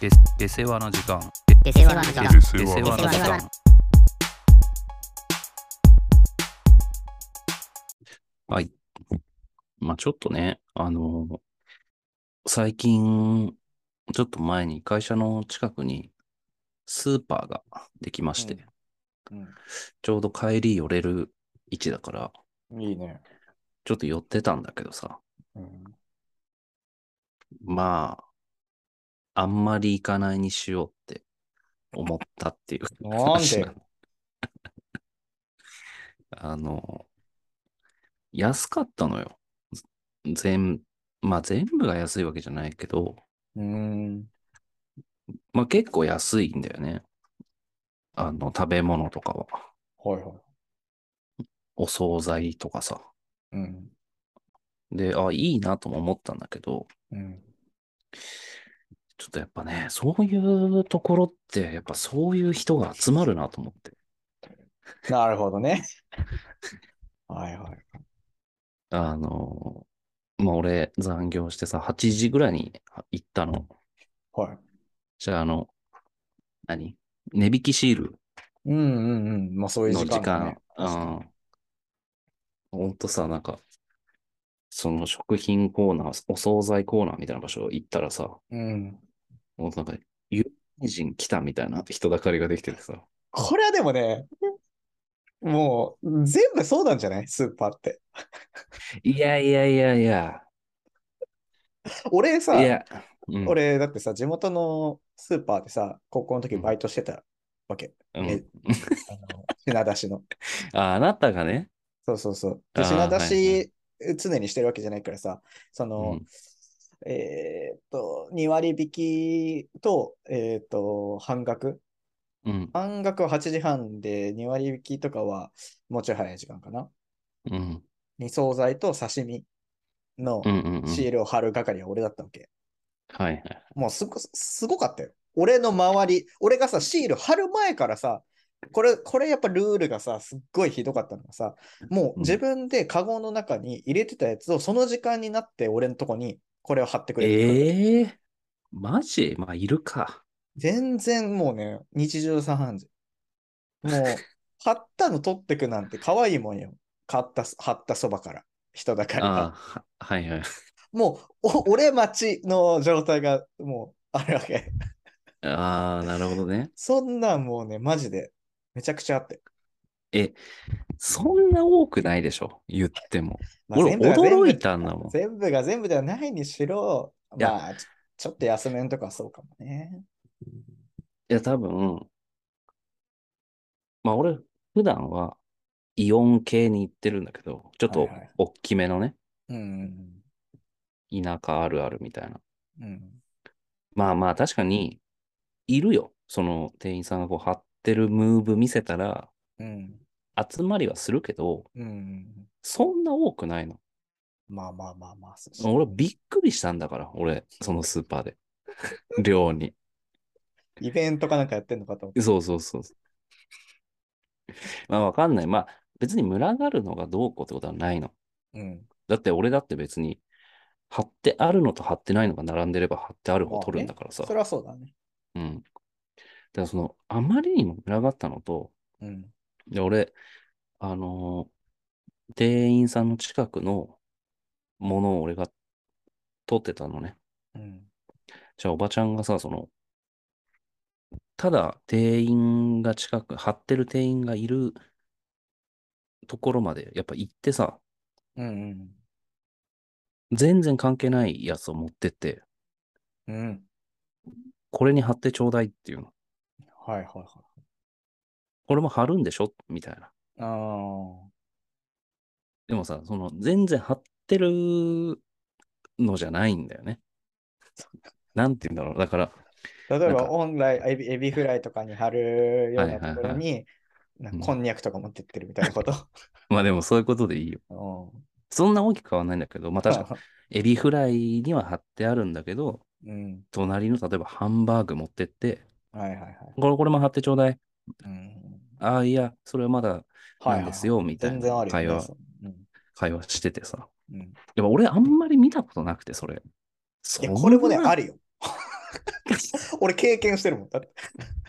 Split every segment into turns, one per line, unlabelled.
で出世話の時間
出世話の時間
で
出
世
世
話
話の時間はいまあちょっとねあの最近ちょっと前に会社の近くにスーパーができまして、ちょうど帰り寄れる位置だから
うん、いいね、
ちょっと寄ってたんだけどさ
うん。
まああんまり行かないにしようって思ったっていう
なん
話
で
の あの、安かったのよ。全、まあ全部が安いわけじゃないけど、
うん。
まあ結構安いんだよね。あの、食べ物とかは。
はいはい。
お惣菜とかさ。
うん。
で、あ、いいなとも思ったんだけど、
うん。
ちょっとやっぱね、そういうところって、やっぱそういう人が集まるなと思って。
なるほどね。 はいはい。
あの、まあ俺残業してさ、8時ぐらいに行ったの。
はい。
じゃあ、あの、何値引きシール
うんうんうん。まあそういう
の
時
時
間だね
間。。うん。ほんとさ、なんか、その食品コーナー、お惣菜コーナーみたいな場所行ったらさ、
うん。
もうなんか、有名人来たみたいな人だかりができててさ。
これはでもね、もう全部そうなんじゃないスーパーって。
いやいやいやいや。
俺さ、
いや、うん、
俺だってさ、地元のスーパーでさ、高校の時バイトしてたわけ。
うん
えあの品出しの。
ああなたがね、
そうそうそう。で
あー
品出
はいは
し、常にしてるわけじゃないからさ、その、えーっと、2割引きと、えーっと、半額。
うん、
半額は8時半で、2割引きとかはもうちょい早い時間かな。
うん、
に惣菜と刺身の
うん、うん、うん。
シールを貼る係は俺だったわけ。
はいはい。
もうすごすごかったよ。俺の周り、俺がさ、シール貼る前からさ、これ、これやっぱルールがさ、すっごいひどかったのがさ、もう自分でカゴの中に入れてたやつを、その時間になって俺のとこにこれを貼ってくれる。
ええマジまあ、いるか。
全然もうね、日常茶飯事。も う、貼ったの取ってくなんて可愛いもんよ。買った、貼ったそばから。人だから。
ああ、ははいはい。
もう、お俺待ちの状態がもうあるわけ。
ああ、なるほどね。
そんなんもうね、マジで、めちゃくちゃあって。
え、そんな多くないでしょ言っても。
まあ
俺、
全部が全部
驚いたんだもん。
全部が全部ではないにしろ、
いや
まあ、ちょちょっと休めんとかはそうかもね。
いや、多分、まあ俺、普段はイオン系に行ってるんだけど、ちょっと
はいはい
大きめのね、
うん。
田舎あるあるみたいな。
うん。
まあまあ、確かに、いるよ。その店員さんがこう貼ってるムーブ見せたら、
うん。
集まりはするけど、
うん。
そんな多くないの。
まあまあまあまあ。そう
俺、びっくりしたんだから、俺、そのスーパーで。 寮に。
イベントかなんかやってんのかと思って。
そうそうそうそう。まあわかんない。まあ別に群がるのがどうこうってことはないの。
うん。
だって俺だって別に貼ってあるのと貼ってないのが並んでれば貼ってある方取るんだからさ。
それはそうだね。
うん。だからそのあまりにも群がったのと、
うん。
で俺、あのー店員さんの近くのものを俺が取ってたのね。
うん。
じゃあおばちゃんがさ、その、ただ店員が近く、張ってる店員がいるところまでやっぱ行ってさ、
うん。
全然関係ないやつを持ってって、
うん。うん。
これに貼ってちょうだいっていうの。
はいはいはい。
これも貼るんでしょみたいな。
ああ。
でもさ、その全然貼ってるのじゃないんだよね。 なんて言うんだろう。だから、
例え
なん
ば、
か
オンラインエビ、エビフライとかに貼るよう
は
な
いはいはい
ところに、なんかこんにゃくとか持ってってるみたい なこと。
まあでもそういうことでいいよ。
う
そんな大きくはないんだけど、まあ確かに、エビフライには貼ってあるんだけど、
ん。うん。
隣の例えばハンバーグ持ってって、
はいはいはい。
これこれも貼ってちょうだい。
うん。
ああ、いや、それはまだ
はいは
ないんですよ、みたい
全然
な
あるよ
会
ね
話、
そうん
会話しててさ。
うん、
やっぱ俺あんまり見たことなくて、それ。
いや、これもね、あ
り。
るよ。 俺経験してるもん。だって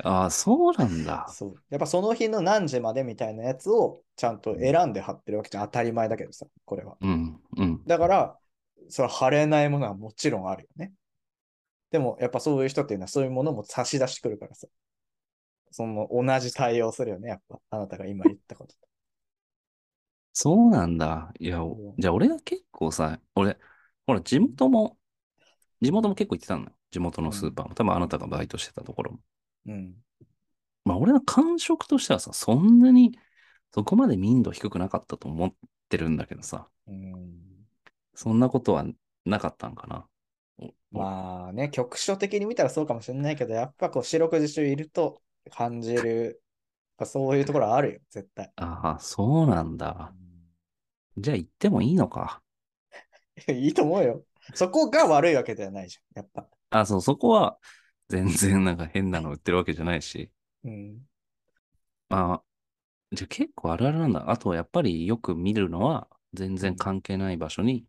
ああ、そうなんだ。
そう。やっぱその日の何時までみたいなやつをちゃんと選んで貼ってるわけじゃん。当たり前だけどさ、これは。
うん、うん。
だから、それ貼れないものはもちろんあるよね。でも、やっぱそういう人っていうのはそういうものも差し出してくるからさ。その同じ対応するよね、やっぱ。あなたが今言ったこと。
そうなんだ。いや、お
そう
じゃあ俺が結構さ、俺、ほら、地元も、地元も結構行ってたんだよ。地元のスーパーも。多分あなたがバイトしてたところも。
うん。
まあ俺の感触としてはさ、そんなに、そこまで民度低くなかったと思ってるんだけどさ、
うん、
そんなことはなかったんかな。お
まあね、局所的に見たらそうかもしれないけど、やっぱこう四六時中いると感じる、やっぱそういうところはあるよ、絶対。
ああ、そうなんだ。じゃあ行ってもいいのか。
いいと思うよ。そこが悪いわけではないじゃん、やっぱ。
あ、そう、そこは全然なんか変なの売ってるわけじゃないし。
うん。
まあ、じゃあ結構あるあるなんだ。あとやっぱりよく見るのは全然関係ない場所に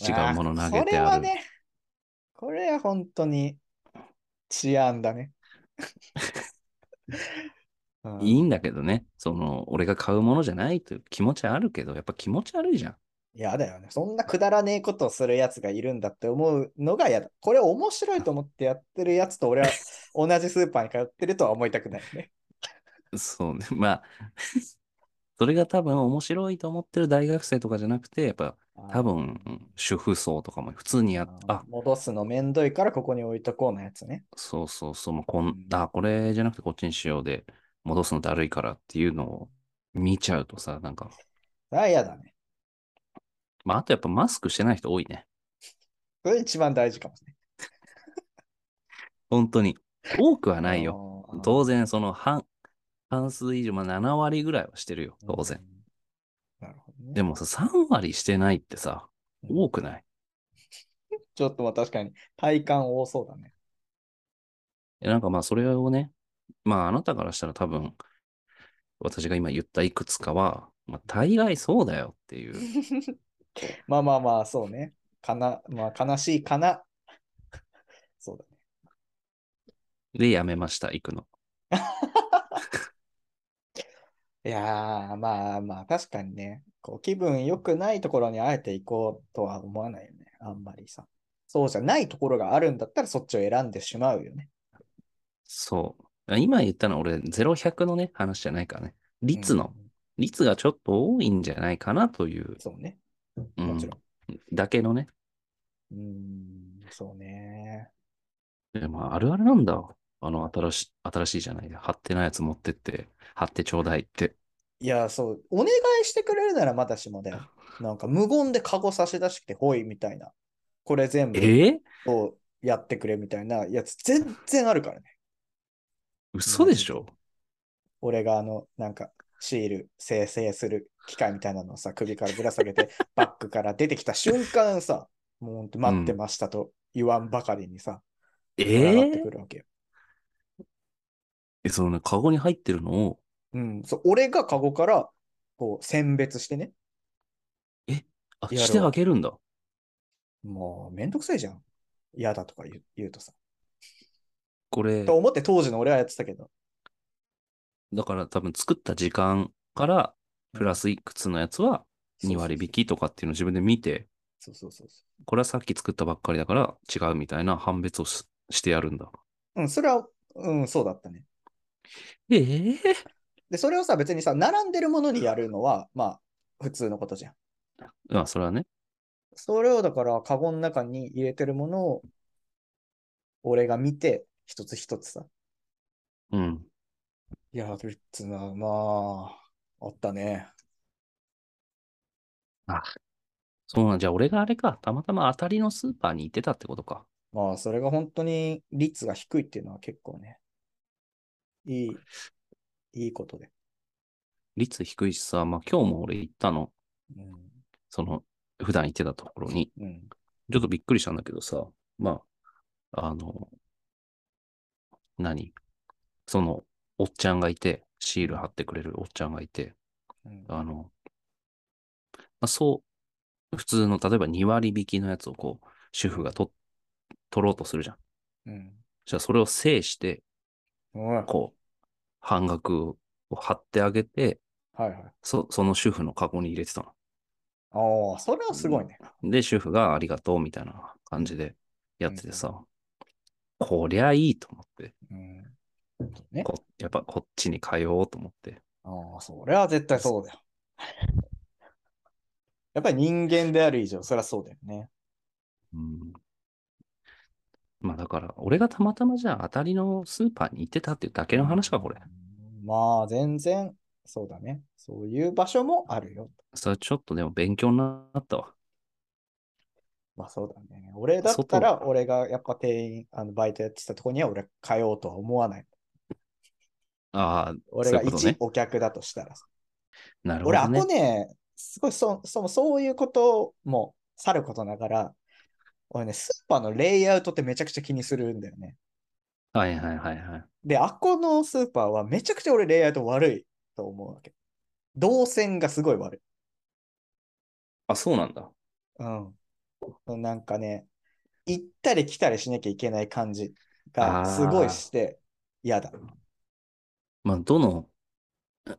違うもの投げてあ
これは
る。
ね、これは本当に治安 だね。うん
いいんだけどね。その、俺が買うものじゃないという気持ちはあるけど、やっぱ気持ち悪いじゃん。
嫌だよね。そんなくだらねえことをするやつがいるんだって思うのが嫌だ。これ面白いと思ってやってるやつと俺は同じスーパーに通ってるとは思いたくない ね。
そうね。まあ、 それが多分面白いと思ってる大学生とかじゃなくて、やっぱ多分主婦層とかも普通にやっ、
あー
あ、
戻すのめんどいからここに置いとこうのやつね。
そうそうそう、もうこん
うん
あ、これじゃなくてこっちにしようで、戻すのだるいからっていうのを見ちゃうとさ、なんか、
ああ、嫌だね。
まあ、あとやっぱマスクしてない人多いね。
それ一番大事かもしれない。
本当に。多くはないよ。
よ
当然、その半、半数以上、まあ7割ぐらいはしてるよ。当然。。
なるほどね。
でもさ、3割してないってさ、
うん
多くない
ちょっとまあ確かに体感多そうだね。
えなんかまあそれをね、まああなたからしたら多分、私が今言ったいくつかは、まあ大概そうだよっていう。
まあまあまあ、そうね。かな、まあ悲しいかな。そうだね。
で、やめました、行くの。
いやー、まあまあ、確かにね、こう気分良くないところにあえて行こうとは思わないよね。あんまりさ。そうじゃないところがあるんだったらそっちを選んでしまうよね。
そう。今言ったのは俺、0100のね、話じゃないからね。率の、率がちょっと多いんじゃないかなという
うん。、そうね。
うん
もちろ
だけのね。
ん。うん、そうね。
でまあ、あるあるなんだ。あの、新し、新しいじゃない。貼ってないやつ持ってって、貼ってちょうだいって。
いや、そう、お願いしてくれるならまだし もだよ。なんか無言でカゴ差し出してきて、ほいみたいな。これ全部。
ええ
をやってくれみたいなやつ全然あるからね。
嘘でしょ
俺があの、なんか、シール生成する機械みたいなのをさ、首からぶら下げ て、バッグから出てきた瞬間さ、もうほんと待ってましたと言わんばかりにさ、群
え
が
え
ってくるわけよ。
えそのね、カゴに入ってるのを、
うん、そう、俺がカゴから、こう、選別してね。
あ、
やるわ
してあげるんだ。
もう、めんどくさいじゃん。嫌だとか言う言うとさ。
これ、
と思って当時の俺はやってたけど。
だから多分作った時間から、プラスいくつのやつは2割引きとかっていうのを自分で見て、
そうそうそうそう。
これはさっき作ったばっかりだから違うみたいな判別をししてやるんだ。
うん、それは、うん、そうだったね。
ええ
で、それをさ、別にさ、並んでるものにやるのは、まあ、普通のことじゃん。
まあ、それはね。
それをだから、カゴの中に入れてるものを、俺が見て、一つ一つさ、
うん。
やるっつうのは、まあ、あったね。
そうなんじゃあ、俺があれか、たまたま当たりのスーパーに行ってたってことか。
まあ、それが本当に率が低いっていうのは結構ね、いい、いいことで。
率低いしさ、まあ今日も俺行ったの、
うん。
その、普段行ってたところに、
うん。
ちょっとびっくりしたんだけどさ、まあ、あの、何その、おっちゃんがいて、シール貼ってくれるおっちゃんがいて、
うん
あの、まあ、そう、普通の、例えば2割引きのやつをこう、主婦がと取ろうとするじゃん。
うん。
じゃあそれを制して、
うんはい
こう、半額を貼ってあげて、
はい。
そその主婦のカゴに入れてた
ああ、それはすごいね。
の。で、主婦がありがとうみたいな感じでやっててさ、こりゃいいと思って、
うん。ね。
こやっぱこっちに通おうと思って。
ああ、それは絶対そうだよ。やっぱり人間である以上、それはそうだよね。
うんまあだから、俺がたまたまじゃあ当たりのスーパーに行ってたっていうだけの話か、これ。。
まあ、全然、そうだね。そういう場所もあるよ。
それはちょっとでも勉強になったわ。
まあそうだね。俺だったら、俺がやっぱ店員、あのバイトやってたとこには俺通おうとは思わない。
ああ、
俺が
そういうこと
一、
ね
お客だとしたら。
なるほ
俺、
ど
あ
ね
こ。ね、すごいそ、そのそういうこともさることながら、俺ね、スーパーのレイアウトってめちゃくちゃ気にするんだよね。
はいはいはいはい。
で、あこのスーパーはめちゃくちゃ俺レイアウト悪いと思うわけ。動線がすごい悪い。
あ、そうなんだ。
うん。なんかね、行ったり来たりしなきゃいけない感じがすごいして嫌だ。
まあ、どの、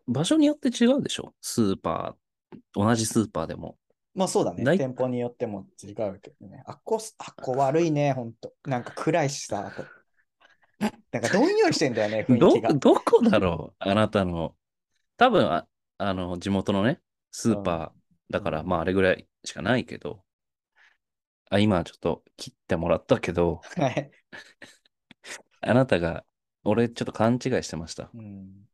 場所によって違うでしょスーパー、同じスーパーでも。
まあそうだね。
ない
店舗によっても違うけどね。あっこ、あっこ悪いね、ほんと。なんか暗いしさ、あと。なんかどんよりしてんだよね、雰 囲
ど
気が。、
どこだろうあなたの。多分あ、あの、地元のね、スーパーだから、まあ、あれぐらいしかないけど。あ、今ちょっと切ってもらったけど、
はい。
あなたが、俺ちょっと勘違いしてました。
うん。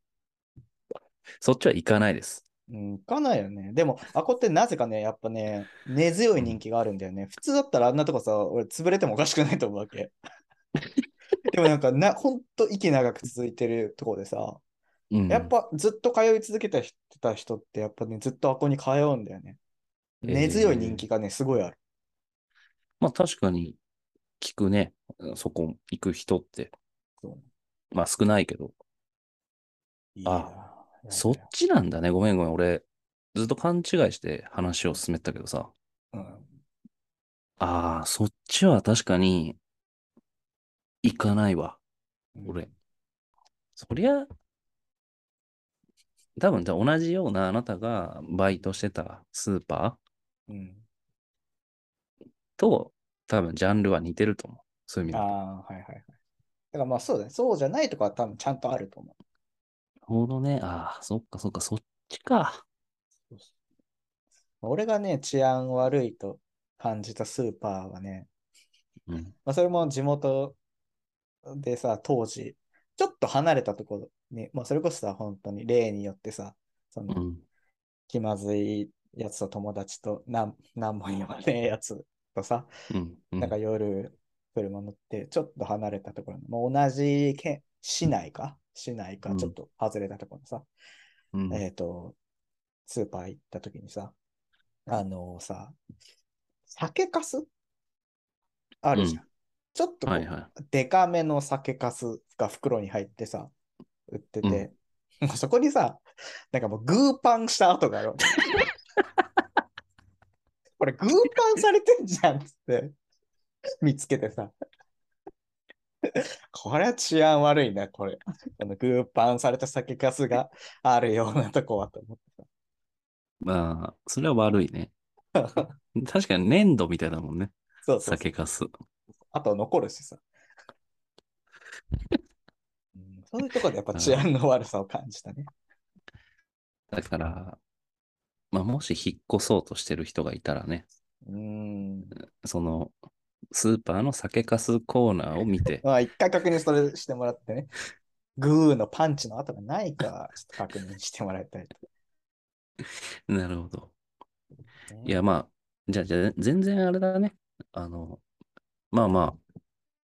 そっちは行かないです。
うん、行かないよね。でも、あっこってなぜかね、やっぱね、根強い人気があるんだよね。普通だったらあんなとこさ、俺潰れてもおかしくないと思う わけ。でもなんかな、ほんと息長く続いてるとこでさ、
うん。
やっぱずっと通い続けてた人って、やっぱね、ずっとあっこに通うんだよね。根強い人
えー
気がね、すごいある。
まあ確かに聞くね。そこ行く人って
そう。
まあ少ないけど。
いい
あ
なぁ
そっちなんだね。ごめんごめん。俺、ずっと勘違いして話を進めてたけどさ。
うん
ああ、そっちは確かに行かないわ。俺。そりゃ、多分同じようなあなたがバイトしてたスーパー
うん。
と多分ジャンルは似てると思う。そういう意味だ
ああ
と。、
はいはいはい。だからまあそうだね。そうじゃないとかは多分ちゃんとあると思
なるほどね。ああ、そっかそっか、そっちか。
う。俺がね、治安悪いと感じたスーパーはね、
うん。
まあそれも地元でさ、当時、ちょっと離れたところに、まあそれこそさ、本当に例によってさ、その
うん。
気まずいやつと友達と、なん、なんも言わねえやつとさ、
うん。う
なんか夜、車乗って、ちょっと離れたところの、まあ、同じ県、市内か、市内
う
か、
ん
ちょっと外れたところのさ、
うん
えっ、と、スーパー行った時にさ、あのさ、酒かすあるじゃん。ちょっとこう
はいはい。
デカめの酒かすが袋に入ってさ、売ってて、もう そこにさ、なんかもうグーパンした跡があるわけ。 これグーパンされてんじゃんっつって、見つけてさ。 これは治安悪いな、これ。このグーパンされた酒かすがあるようなとこはと思ってさ。
まあ、それは悪い ね。確かに粘土みたいだもんね。
そうそうそう。
酒かす。
あと残るしさ。うんそういうところでやっぱ治安の悪さを感じたね。
だから、まあ、もし引っ越そうとしてる人がいたらね、
うん。
その、スーパーの酒かすコーナーを見 て、
まあ、一回確認それしてもらってね。グーのパンチの跡がないか、ちょっと確認してもらいたいと、
なるほど。
ね
いや、まあ、じゃあ、じゃあ全然あれだね。あの、まあまあ、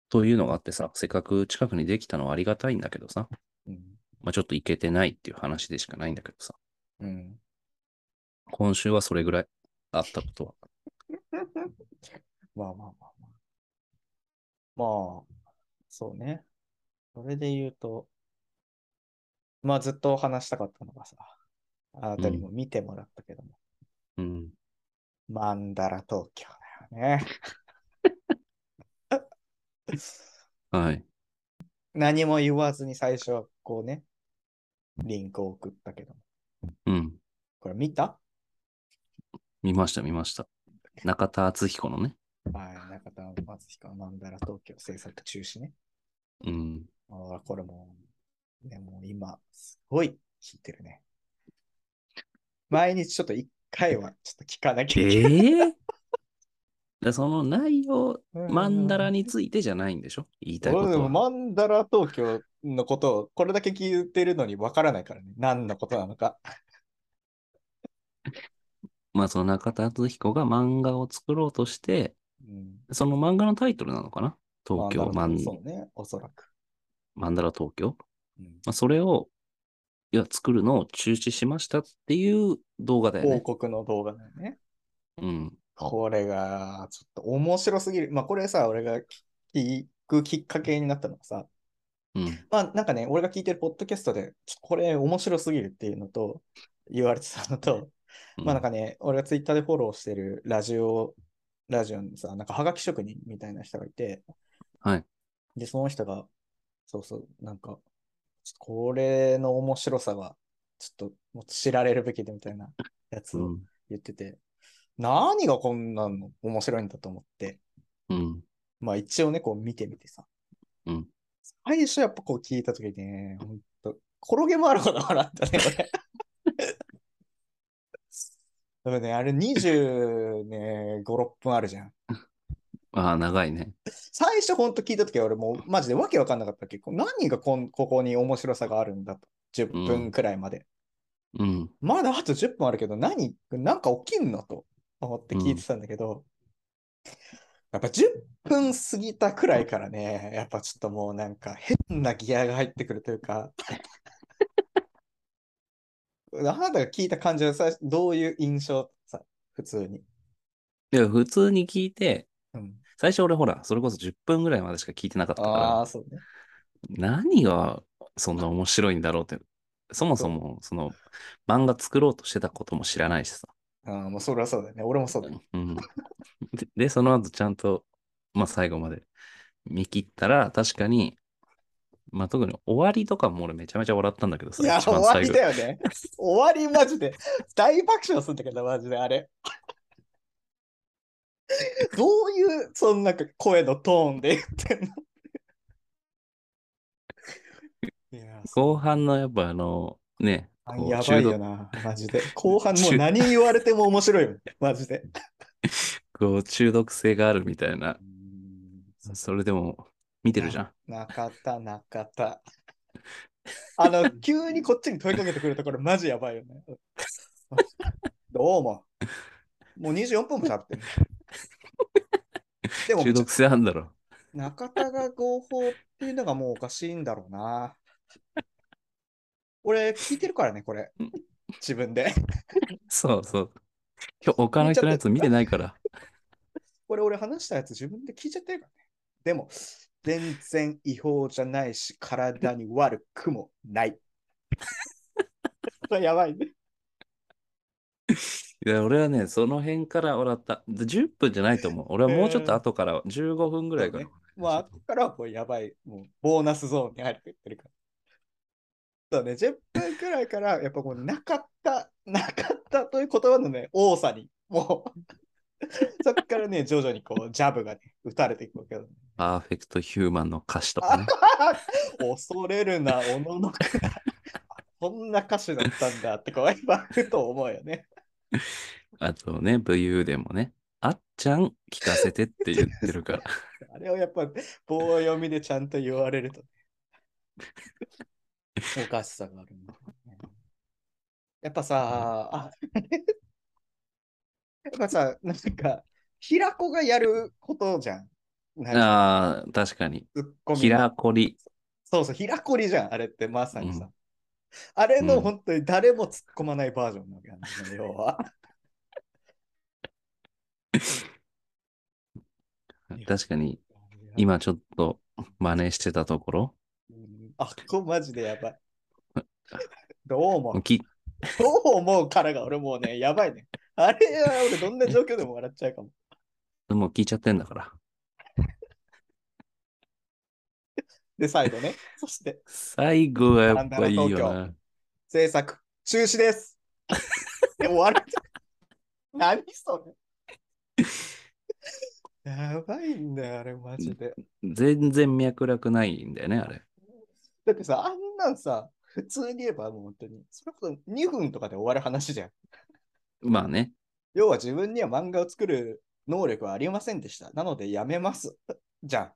というのがあってさ、せっかく近くにできたのはありがたいんだけどさ、
うん。
まあ、ちょっと行けてないっていう話でしかないんだけどさ。
うん。
今週はそれぐらいあったことは。
まあまあまあまあ。まあ、そうね。それで言うと、まあずっと話したかったのがさ、あなたにも見てもらったけども、
うん。
マンダラ東京だよね。
はい。
何も言わずに最初はこうね、リンクを送ったけど。
うん。
これ見た
見ました、見ました。中田敦彦のね。
はい、中田松彦のマンダラ東京制作中止ね。
うん。
ああ、これもう、ね、もう今、すごい聞いてるね。毎日ちょっと一回はちょっと聞かなきゃいけない。
ええでその内容、
うん
マンダラについてじゃないんでしょ言いたいこ
俺で
と
も
は。
マンダラ東京のことをこれだけ聞いてるのにわからないからね。何のことなのか。
まあその中田敦彦が漫画を作ろうとして、
うん、
その漫画のタイトルなのかな東京マ
マンダラ
ン
東京そうね、おそらく。
マンダラ東京、
うん
まあ、それを、いや、作るのを中止しましたっていう動画だよ
報
ね。
告の動画だよね。
うん。
これが、ちょっと面白すぎる。まあ、これさ、俺が聞くきっかけになったのがさ、
うん。
まあ、なんかね、俺が聞いてるポッドキャストで、ちょこれ面白すぎるっていうのと、言われてたのと、まあなんかね、俺がツイッターでフォローしてるラジオ、ラジオにさ、なんかハガキ職人みたいな人がいて、
はい。
で、その人が、そうそう、なんか、ちょっとこれの面白さは、ちょっともっと知られるべきでみたいなやつ
う
を
ん。
言ってて、何がこんなの面白いんだと思って、
うん。
まあ一応ね、こう見てみてさ。
うん
最初やっぱこう聞いたときにね、ほんと、転げ回るほど笑ったね、俺。でもね、あれ25、ね、6分あるじゃん。
ああ、長いね。
最初ほんと聞いたときは俺もうマジでわけわかんなかったけど、何がこんここに面白さがあるんだと。10分くらいまで。
うん。
まだあと10分あるけど、何、なんか起きんのと思って聞いてたんだけど、やっぱ10分過ぎたくらいからね、やっぱちょっともうなんか変なギアが入ってくるというか、あなたが聞いた感じはさ、どういう印象さ、普通に。
いや、普通に聞いて、
うん、
最初俺ほら、それこそ10分ぐらいまでしか聞いてなかったか
あ
ら
あ、、そうね。
何がそんな面白いんだろうって、そもそも、その、漫画作ろうとしてたことも知らないしさ。
ああ、もうそれはそうだよね。俺もそうだよ。
うん。で、でその後ちゃんと、まあ、最後まで見切ったら、確かに、まあ、特に終わりとかも俺めちゃめちゃ笑ったんだけどさ、
いや、
一
終
番
わ
最
り
後。
だよね。終わりマジで。大爆笑するんだけど、マジであれ。 どういう、そのなんか声のトーンで言ってんのいや、
後半のやっぱあの、ね、
あ
こう
やば
中
いよ
毒、
な、マジで。後半もう何言われても面白いよ、マジで。
こう中毒性があるみたいな、それでも見てるじゃん。
中田、中田。あの、急にこっちに問いかけてくるところ、マジやばいよね。どうも。もう24分も喋ってる。でも
中、毒性あんだろ。
中田が合法っていうのがもうおかしいんだろうな。俺、聞いてるからね、これ。自分で。
そうそう。今日、他の人のやつ見てないから。
これ、俺話したやつ自分で聞いちゃってるからね。でも、全然違法じゃないし、体に悪くもない。これやばいね。
いや、俺はね、その辺から笑った。で10分じゃないと思う。俺はもうちょっと後から、15分ぐらいから。
そうまあ、ここからはもうやばい、もうボーナスゾーンに入ってってるから。そうね、10分くらいから、やっぱこう、なかった、なかったという言葉のね、多さに、もう、そっからね、徐々にこう、ジャブがね、打たれていくわけだ、ね。
パーフェクトヒューマンの歌詞とかね。
恐れる な、おののくな。こんな歌手だったんだって、こう、今、ふと思うよね。
あとね、武勇伝もね、あっちゃん聞かせてって言ってる から。
あれをやっぱ棒読みでちゃんと言われると、ね。おかしさがあるんだよね、やっぱさ、あ やっぱさ、なんか、平子がやることじゃん。なんか
ああ、確かに。
ツッコミ
平こり。
そうそう、平子りじゃん、あれってまさにさ。
う
あれ
う
の
ん
本当に誰も突っ込まないバージョンなわけなんだよね、要 は。
確かに、今ちょっと真似してたところ。
うん。あ、これマジでやばい。どうも。
き
どう思うからが俺もうね、やばいね。あれは俺どんな状況でも笑っちゃうかも。
もう聞いちゃってんだから。
で、最後ね。そして、
最後はやっぱいいよ
な
な。
制作、中止です。で、終わる。何それ。やばいんだよ、あれ、マジで。
全然脈絡ないんだよね、あれ。
だってさ、あんなんさ、普通に言えば、もう本当に、それこそ2分とかで終わる話じゃん。
まあね。
要は自分には漫画を作る能力はありませんでした。なのでやめます。 じゃん。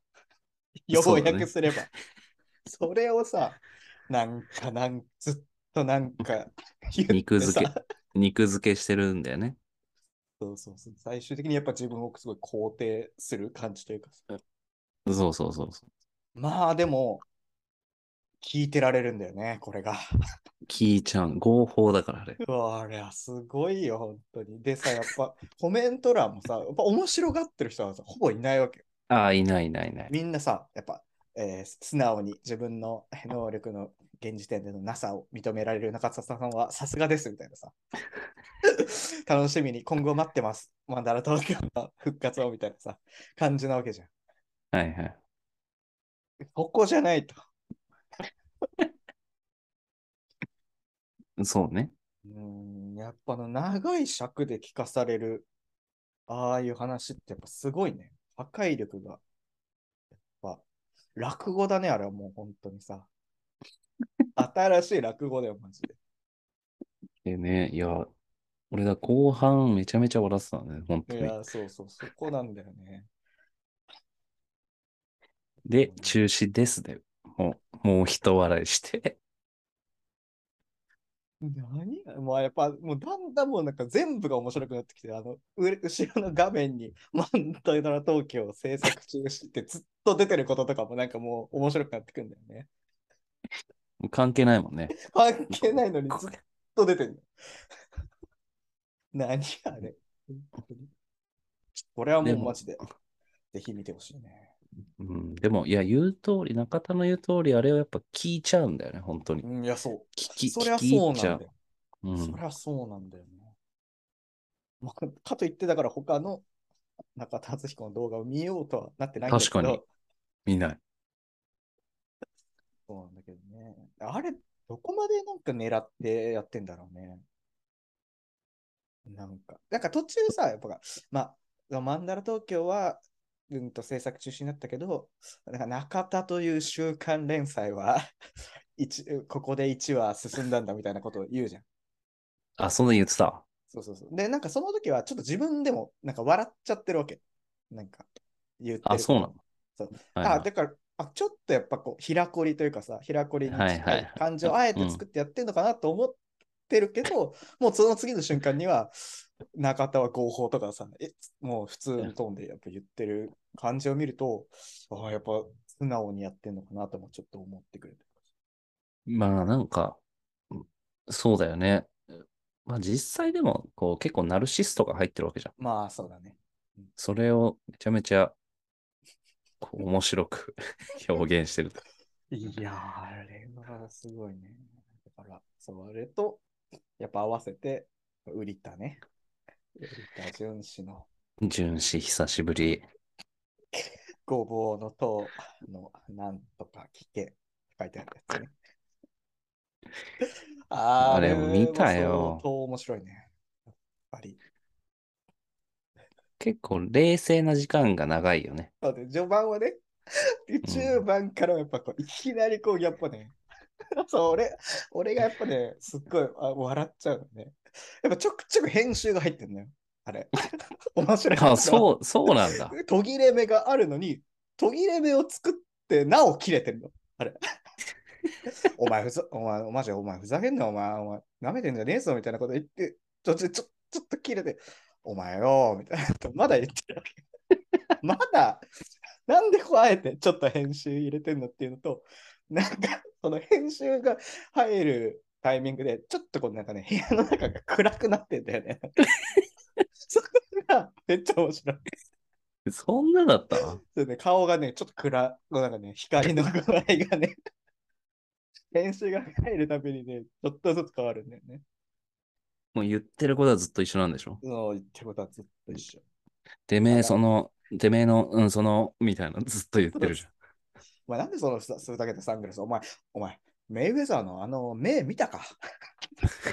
よ
そううだ
や
ね
くすれば。 そ,、れをさ、なんかなん、ずっとなんか言っ てさ
肉付け。肉付けしてるんだよね。
そうそうそう。最終的にやっぱ自分をすごい肯定する感じというかさ。
そうそうそうそ
まあでも、聞いてられるんだよね、これが。
う。聞いちゃう。合法だから、あれ。
うわあれはすごいよ、本当に。でさ、やっぱコメント欄もさ、やっぱ面白がってる人はさ、ほぼいないわけよ
ああ、いないいないいない。
みんなさ、やっぱ、えー素直に自分のえー能力の現時点でのなさを認められる中田さんはさすがですみたいなさ。 楽しみに今後待ってます。マンダラ東京の復活をみたいなさ、感じなわけじゃん。
はいはい。
ここじゃないと。
そうね。
うーん、やっぱあの長い尺で聞かされる、ああいう話ってやっぱすごいね。破壊力が。やっぱ、落語だね、あれはもう本当にさ。新しい落語だよ、マジで。
でね、いや、俺だ、後半めちゃめちゃ笑ってたね、本当
い
に。
や、そうそう、そこなんだよね。
で、中止ですで、もう、もう一笑いして。
何がもうやっぱ、もうだんだんもうなんか全部が面白くなってきて、あの、うれ後ろの画面に、 マンタイドラ東京制作中止ってずっと出てることとかもなんかもう面白くなってくんだよね。
関係ないもんね。
関係ないのに ずっと出てるの。何あれ。本当にこれはも
で
う
も
マジで、ぜひ見てほしいね。
うん、でも、いや、言う通り、中田の言う通り、あれはやっぱ聞いちゃうんだよね、本当に。
うん、いや、そう。
聞き、
そりゃ
聞
そ
き
う
入
な
っ
ん
ち
だ
ゃ
よ
う。。う
そ
ん
り、ゃそうなんだよね。まあかといって、だから他の中田敦彦の動画を見ようとはなってないんだけど、
確かに見ない。
そうなんだけどね。あれ、どこまでなんか狙ってやってんだろうね。なんか、なんか途中さ、やっぱ、まあ、マンダラ東京は、うんと制作中止になったけど、なんか中田という週刊連載は 一、ここで1話進んだんだみたいなことを言うじゃん。
あ、そんな言ってた。
そうそうそう。で、なんかその時はちょっと自分でもなんか笑っちゃってるわけ。なんか言ってること
あ、そうなの。
そう
はい
あ、
はい
だから、あちょっとやっぱこう、平こりというかさ、平こりに
はい
近
はいはい
い感じをあえて作ってやってるのかなと思ってるけど、もうその次の瞬間には、中田は合法とかさ、えもう普通のトーンでやっぱ言ってる感じを見ると、あやっぱ素直にやってるのかなともちょっと思ってくれて。
まあなんか、うんそうだよね。まあ実際でも、こう結構ナルシストが入ってるわけじゃん。
まあ、そうだね。
それをめちゃめちゃ、こう面白く 表現してる。
いやー、あれはすごいね。だから、そう、あれと、やっぱ合わせて、売りたね。売りた純子の
純子久しぶり。
ごぼうの塔のなんとか聞けって書いてあるやつね。あ
あれ見たよ
相当面白いね。やっぱり。
結構冷静な時間が長いよね。
そうね序盤はね、 中盤からはやっぱこういきなりこう、やっぱね、 そう俺、俺がやっぱね、すっごいあ笑っちゃうのね。やっぱちょくちょく編集が入ってんのよ。あれ。面白い。
あ、 そう、そうなんだ。
途切れ目があるのに、途切れ目を作って、なお切れてるの。あれ。 お前ふざ、お前、マジお前ふざけんな、お前、お前、舐めてんじゃねえぞ、みたいなこと言って、ちょ、ちょ、ちょちょっと切れて、お前よ、みたいなこと、まだ言ってるわけ。 まだ、なんでこうあえてちょっと編集入れてんのっていうのと、なんか、その編集が入るタイミングで、ちょっとこうなんかね、部屋の中が暗くなってんだよね。 そこがめっちゃ面白い。
そんなだった
そうね、顔がね、ちょっと暗、なんかね、光の具合がね、 編集が入るたびにね、ちょっとずつ変わるんだよね。
もう言ってることはずっと一緒なんでしょ
そう言ってることはずっと一緒。
てめえ、その、てめえの、うん、その、みたいなのずっと言ってるじゃん。
お前なんでそのふさするだけでサングラスお前、お前、メイウェザーのあの目見たか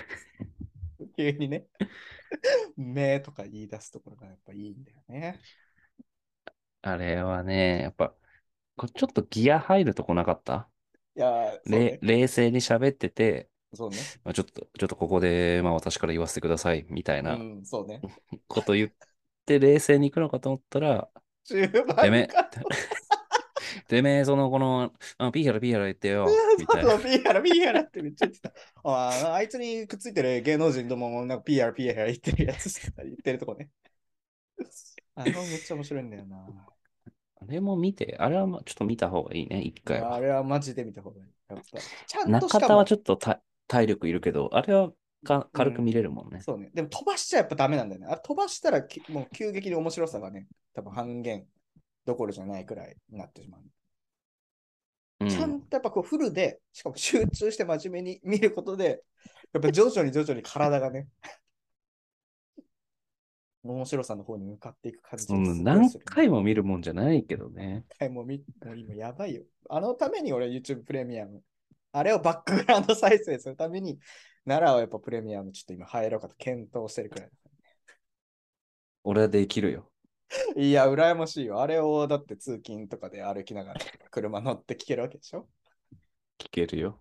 急にね、 目とか言い出すところがやっぱいいんだよね。
あれはね、やっぱ、こうちょっとギア入るとこなかった
いやー、そう
れ
ね。
冷静に喋ってて、
そうね。、
まあ、ちょっと、ちょっとここで、まあ私から言わせてください、みたいうなん
そうね。
こと言って、冷静に行くのかと思ったら、
中盤
て めえ
か。、
てめえ、その、この、あピーやらピーやら言ってよ、みたいな。
そう、ピーヤラ、ピーヤラってめっちゃ言ってた。ああいつにくっついてる芸能人どもも、なんかピーヤラ、ピーヤラ言ってるやつ、言ってるとこね。あのめっちゃ面白いんだよな。
あれも見て、あれはまあちょっと見た方がいいね、一回
あ
は。
れはマジで見た方がいい。やっぱちゃんとし
中
か
田
も
はちょっとた体力いるけど、あれはか軽く見れるもんね。
そうね。でも飛ばしちゃやっぱダメなんだよね。あれ飛ばしたらきもう急激に面白さがね、多分半減どころじゃないくらいになってしまう。
うん
ちゃんとやっぱこうフルで、しかも集中して真面目に見ることで、やっぱ徐々に徐々に体がね、 面白さの方に向かっていく感じ
そ
がす
の
ごい
何
する
回も見るもんじゃないけどね。
何回も見もう今やばいよ。あのために俺 YouTube プレミアム。あれをバックグラウンド再生するために、奈良はやっぱプレミアムちょっと今入ろうかと検討して るくらい。
俺はできるよ。
いや、羨ましいよ。あれをだって通勤とかで歩きながら車乗って聞けるわけでしょ
聞けるよ。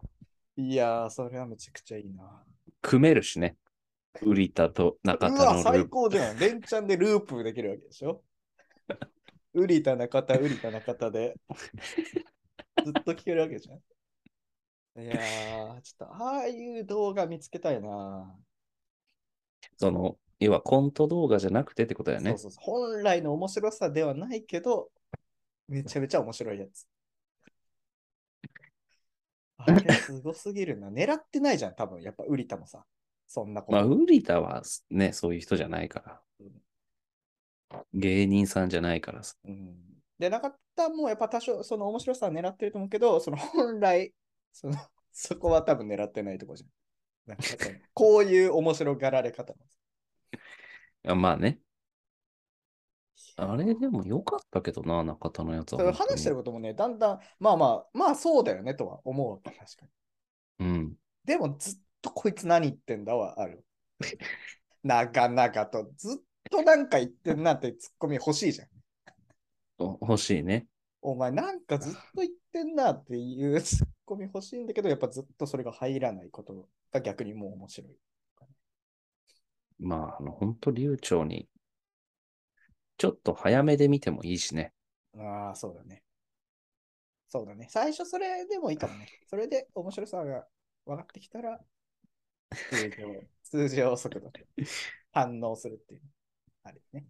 いやー、それはめちゃくちゃいいな。
組めるしね。ウリタと中
う
田
わ、
のル
最
ープ。
高じゃん。連チャンでループできるわけでしょ。ウリタ中田、ウリタ中 田で。ずっと聞けるわけじゃん。いやー、ちょっとああいう動画見つけたいな。
その、要はコント動画じゃなくてってことだよ
そ
ね
う。そうそう。本来の面白さではないけど、めちゃめちゃ面白いやつ。 あれすごすぎるな。狙ってないじゃん、多分。やっぱウリタもさ。そんなこ
まあ、
と。
ウリタはね、そういう人じゃないから。芸人さんじゃないからさ。
うん、で、中田もやっぱ多少その面白さは狙ってると思うけど、その本来、そのそこは多分狙ってないとこじゃん。なんかそ のこういう面白がられ方も
あまあね。あれでも良かったけどな、中田のやつ
そ
は
れ
本当に。
話してることもね、だんだん、まあまあ、まあそうだよねとは思うわけ、確かに。
うん。
でもずっとこいつ何言ってんだはあ る。長々とずっとなんか言ってんなってツッコミ欲しいじゃん。
お欲しいね。
お前なんかずっと言ってんなっていうツッコミ欲しいんだけど、やっぱずっとそれが入らないことが逆にもう面白い。
まあ、あの、本当流暢に。ちょっと早めで見てもいいしね。
ああ、そうだね。そうだね。最初それでもいいかも ね。それで面白さが分かってきたら、通常、通常速度で反応するっていう。あれね。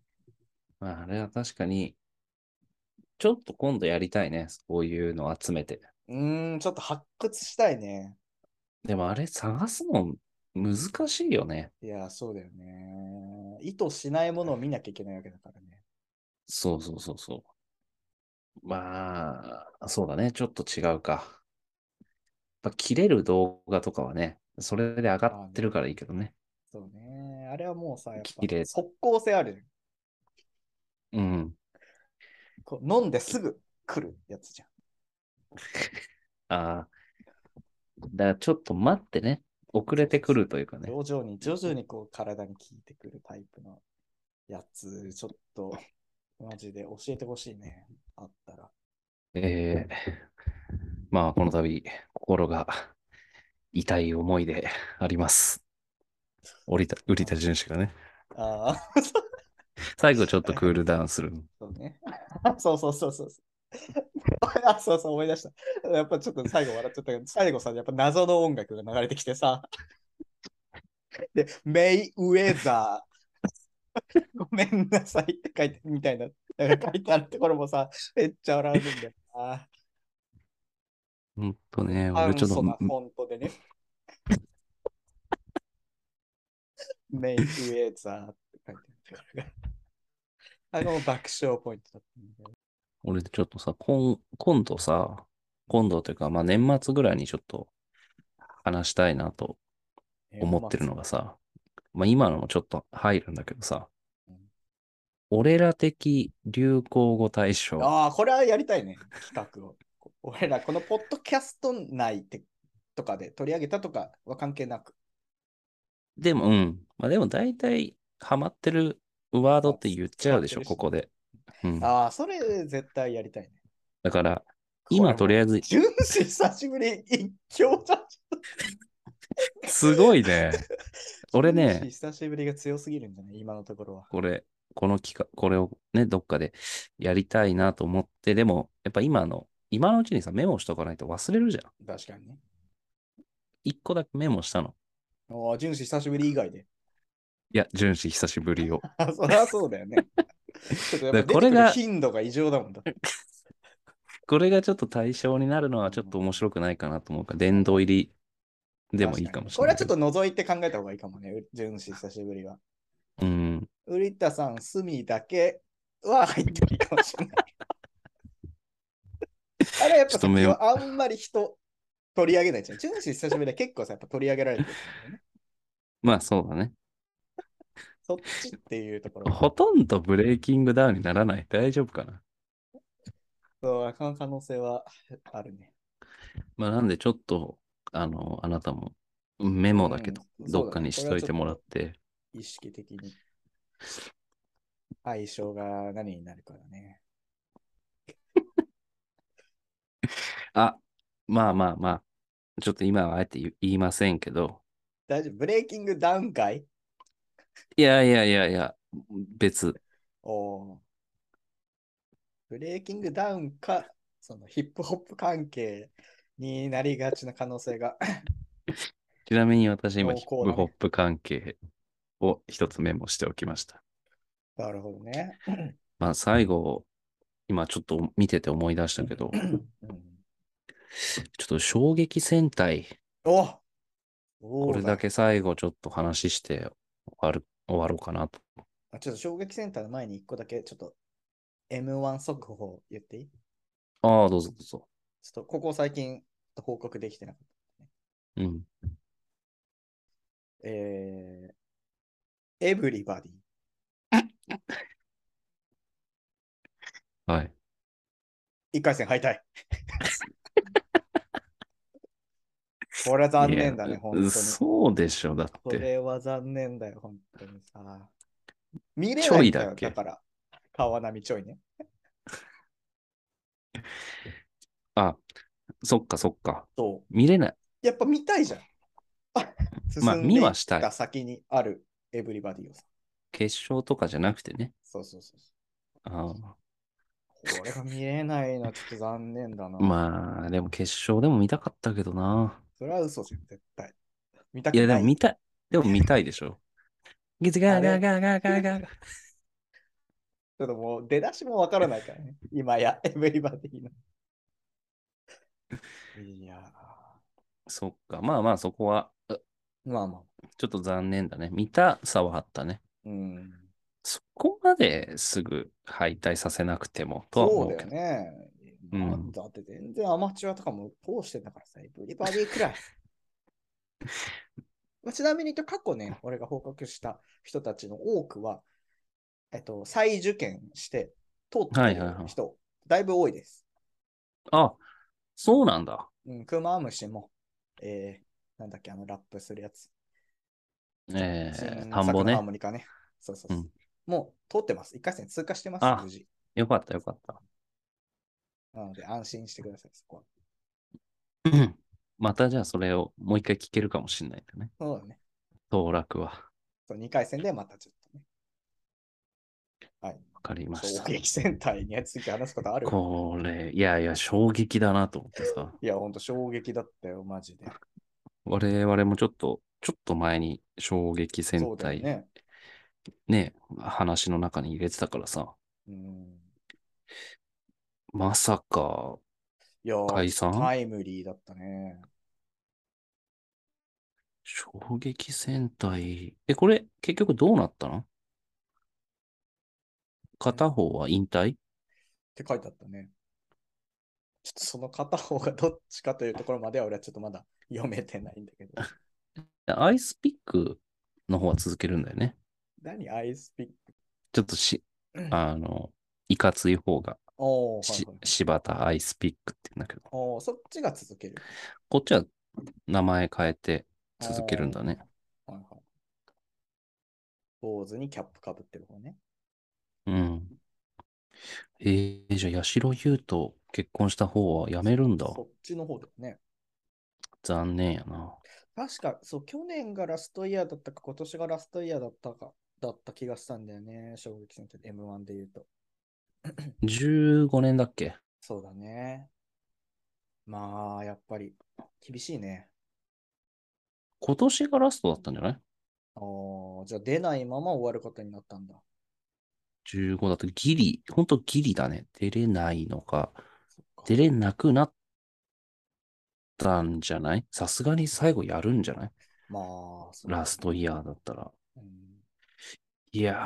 まあ、あれは確かに、ちょっと今度やりたいね。こういうの集めて。
うーん、ちょっと発掘したいね。
でもあれ探すの難しいよね。
いやー、そうだよね。意図しないものを見なきゃいけないわけだからね。
そうそうそうそう。まあ、そうだね。ちょっと違うか。やっぱ切れる動画とかはね、それで上がってるからいいけどね。
そうね。あれはもうさ、やっぱ
綺麗
即効性あるじ
う
ゃん
ん。
こう。飲んですぐ来るやつじゃん。
ああ。だからちょっと待ってね。遅れてくるというかね。
徐々に徐々にこう体に効いてくるタイプのやつ、ちょっとマジで教えてほしいね。あったら。
えー、まあ、この度、心が痛い思いであります。降りた、売りた純子がね。
ああ、
最後ちょっとクールダウンする。
そうね。 そうそうそう そうそう。あそうそう思い出した。やっぱちょっと最後笑っちゃったけど、最後さ、やっぱ謎の音楽が流れてきてさ。 で、メイウェザー。ごめんなさいって書いてみたいな。なんか書いてあるところもさ、めっちゃ笑うんだよな。
ほんとね、
あ
俺ちょ
簡
っ
素
と
なフォントでね。 メイウェザーって書いてあると ころが。あれがもう爆笑ポイントだったんだよね
俺ちょっとさ、今、今度さ、今度というか、まあ年末ぐらいにちょっと話したいなと思ってるのがさ、まあ今のもちょっと入るんだけどさ
うん、
俺ら的流行語大賞。
ああ、これはやりたいね、企画を。 俺らこのポッドキャスト内ってとかで取り上げたとかは関係なく。
でも、うん。まあでも大体、ハマってるワードって言っちゃうでしょ、
あ
ここで。うん。だ
ああ、それ絶対やりたいね。
から、今とりあえず、
ジュンス久しぶり一強だ。
すごいね。俺
ジュン
ね、
ス久しぶりが強すぎるんだね、今のところは。
これ、この企画、これをね、どっかでやりたいなと思って、でも、やっぱ今の、今のうちにさ、メモしとかないと忘れるじゃん。
確かにね。
一個だけメモしたの。
おージュンス久しぶり以外で。
いや、純子久しぶ りを。
あ、そりゃそうだよ ね。ちょっとやっぱ出て
こ
く
れ
る
が
頻度が異常だもんだって。
これがちょっと対象になるのはちょっと面白くないかなと思うから、殿堂入りでもいいかもしれない。
これはちょっと覗いて考えた方がいいかもね、ジュンス久しぶりは。
と。うん。
ウリタさん、スミだけは入ってもいいかもしれ ない。あれやっぱ
ちょっと目を
さあんまり人取り上げないじゃん。ジュンシー久しぶりは結構さ、やっぱ取り上げられてるんだよね。
まあそうだね。
そっちっていうところ。
ほとんどブレイキングダウンにならない。大丈夫かな。
そう、その可能性はあるね。
まあなんでちょっと、あの、あなたもメモだけど、
うん
どっかにしといてもらっ。
そうだ
て。
ねこれはちょっと意識的に。相性が何になるからね。
あ、まあまあまあ。ちょっと今はあえて言言いませんけど。
大丈夫。ブレイキングダウン会
いやいやいやいや、別。
おーブレイキングダウンか、そのヒップホップ関係になりがちな可能性が。
ちなみに私今、
濃
ヒ
厚だね
ップホップ関係を一つメモしておきました。
なるほどね。
まあ最後、今ちょっと見てて思い出したけど、
うん
ちょっと衝撃戦隊、
お
こ
こ
れだけ最後ちょっと話して終わる、終わろうかなと。
あ。ちょっと衝撃センターの前に一個だけちょっと M1 速報言っていいちょ
ああ、どうぞどうぞ。
っとここ最近報告できてなかっ
うん。
た。えー、エブリバディ。
はい。
一回戦敗退。 これは残念だ
い
ね、
や
本当に。
そうでしょ、だっ
こ
て。
れは残念だよ、本当にさ。見れ
ち
な
ょ
いん
い
だ
だ
よ、
っけ
だから。川波ちょいね。
あ、そっかそっか。
そう。
見れない。
やっぱ見たいじゃん。進
まあ
んで
見
い
は
っ
したい
た先にあるエブリバディをさ。
決勝とかじゃなくてね。
そうそうそうそ
ああ
う。これが見えないのはちょっと残念だな。あ。
まあ、でも決勝でも見たかったけどな。
それは嘘じゃん、絶対。見たく
い
ない。
や、でも見たい。でも見たい でしょ。ギズガーガーガーガーガーガー。
ちょっともう出だしもわからないから ね。今や、エブリバディの。いや
そっか。まあまあ、そこは、う
ー。まあまあ。
ちょっと残念だね。見たさはあったね。
うん。
そこまですぐ敗退させなくてもとは
そ
思
う
うけ
だよ
ど。
ね。
うん
まあだって全然アマチュアとかも通してたからさ、エブリバデ ィくらい。まあ、ちなみに言うと過去ね、俺が報告した人たちの多くは、えっと、再受験して通って
はい
る
はいはい
人、だいぶ多いです。
あ、そうなんだ。
うん、クマムシも、えー、なんだっけ、あのラップするやつ。
えー、
新
田んぼ
作のハー
ね。
モニカね。そうそうそう。
うん
もう通ってます。一回戦通過してます、
あ
無事。
よかったよかった。
なので安心してください、そこは。
うんまたじゃあそれをもう一回聞けるかもしれないね。
そうだね。
当落は。
そう2回戦でまたちょっとね。
わかりまし
衝
た。
撃戦隊について話すことある
これ、いやいや、衝撃だなと思ってさ。
いや、ほんと衝撃だったよ、マジで。
我々もちょっと、ちょっと前に衝撃
そ
戦
うだよ
隊、
ね。
ね、話の中に入れてたからさ、
うん、
まさか、
いやー、
解散
タイムリーだったね。
衝撃戦隊、え、これ、結局どうなったの片方は引退
って書いてあったね。ちょっとその片方がどっちかというところまでは俺はちょっとまだ読めてないん だけど。
アイスピックの方は続けるんだよね。
何アイスピック
ちょっとし、あの、いかつい方が。
おー、はい
し
はい
柴田アイスピックって言うんだけど、
おーそっちが続ける。
こっちは名前変えて続けるんだね。
はいはい。坊主にキャップかぶってる方ね。
うん。えー、じゃあ、八代優と結婚した方は辞めるんだ。
そっちの方だよね。
残念やな。
確か、そう、去年がラストイヤーだったか、今年がラストイヤーだったか、だった気がしたんだよね。衝撃選挙で M1 で言うと。
15年だっけ
そうだね。まあ、やっぱり、厳しいね。
今年がラストだったんじゃない
あーじゃあ出ないまま終わることになったんだ。
?15 だとギリ、ほんとギリだね。出れないのか、
そっか
出れなくなったんじゃないさすがに最後やるんじゃない
まあ、そうだ
ラストイヤーだったら。
うん
いや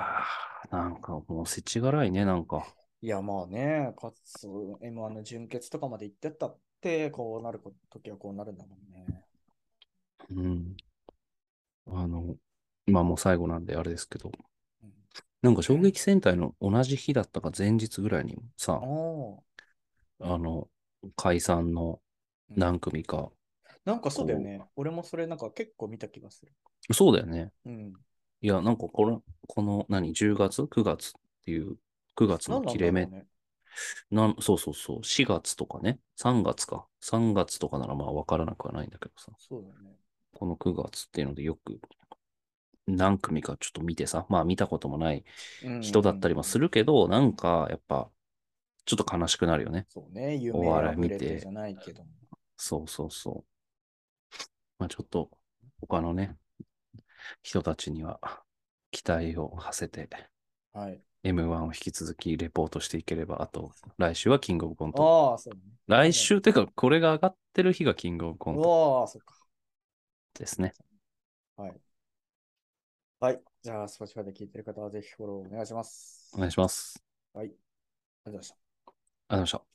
ー、なんかもう世知辛いね、なんか。
いや、まあね、かつ、M1 の準決とかまで行ってったって、こうなるこ時はこうなるんだもんね。
うん。あの、まあもう最後なんであれですけど、
うん
なんか衝撃戦隊の同じ日だったか前日ぐらいにさ、
おー
あの、解散の
うん
何組か、
なんかそうだよね。俺もそれなんか結構見た気がする。
そうだよね。
うん。
いや、なんかこの、この何、10月 ?9 月っていう、9月の
何なん
切
だろ
れ
う
目、
ね。
なん、そうそうそう、4月とかね、3月か、3月とかならまあわからなくはないんだけどさ、
そうだよね。
この9月っていうのでよく、何組かちょっと見てさ、まあ見たこともない
うんうん
人だったりもするけど、なんかやっぱ、ちょっと悲しくなるよね。
そうね、有名
お笑い見
れ
て
じゃないけども。
そうそうそう。まあちょっと、他のね、人たちには期待を馳せて、
はい。
M1 を引き続きレポートしていければ、あと、来週はキングオブコント。
ああ、そうだね。
来週ってか、これが上がってる日がキングオブコント
ああ、そっか。
ですね。
はい。じゃあ、Spotify で聞いてる方はぜひフォローお願いします。
お願いします。
ありがとうございました。
ありがとうございました。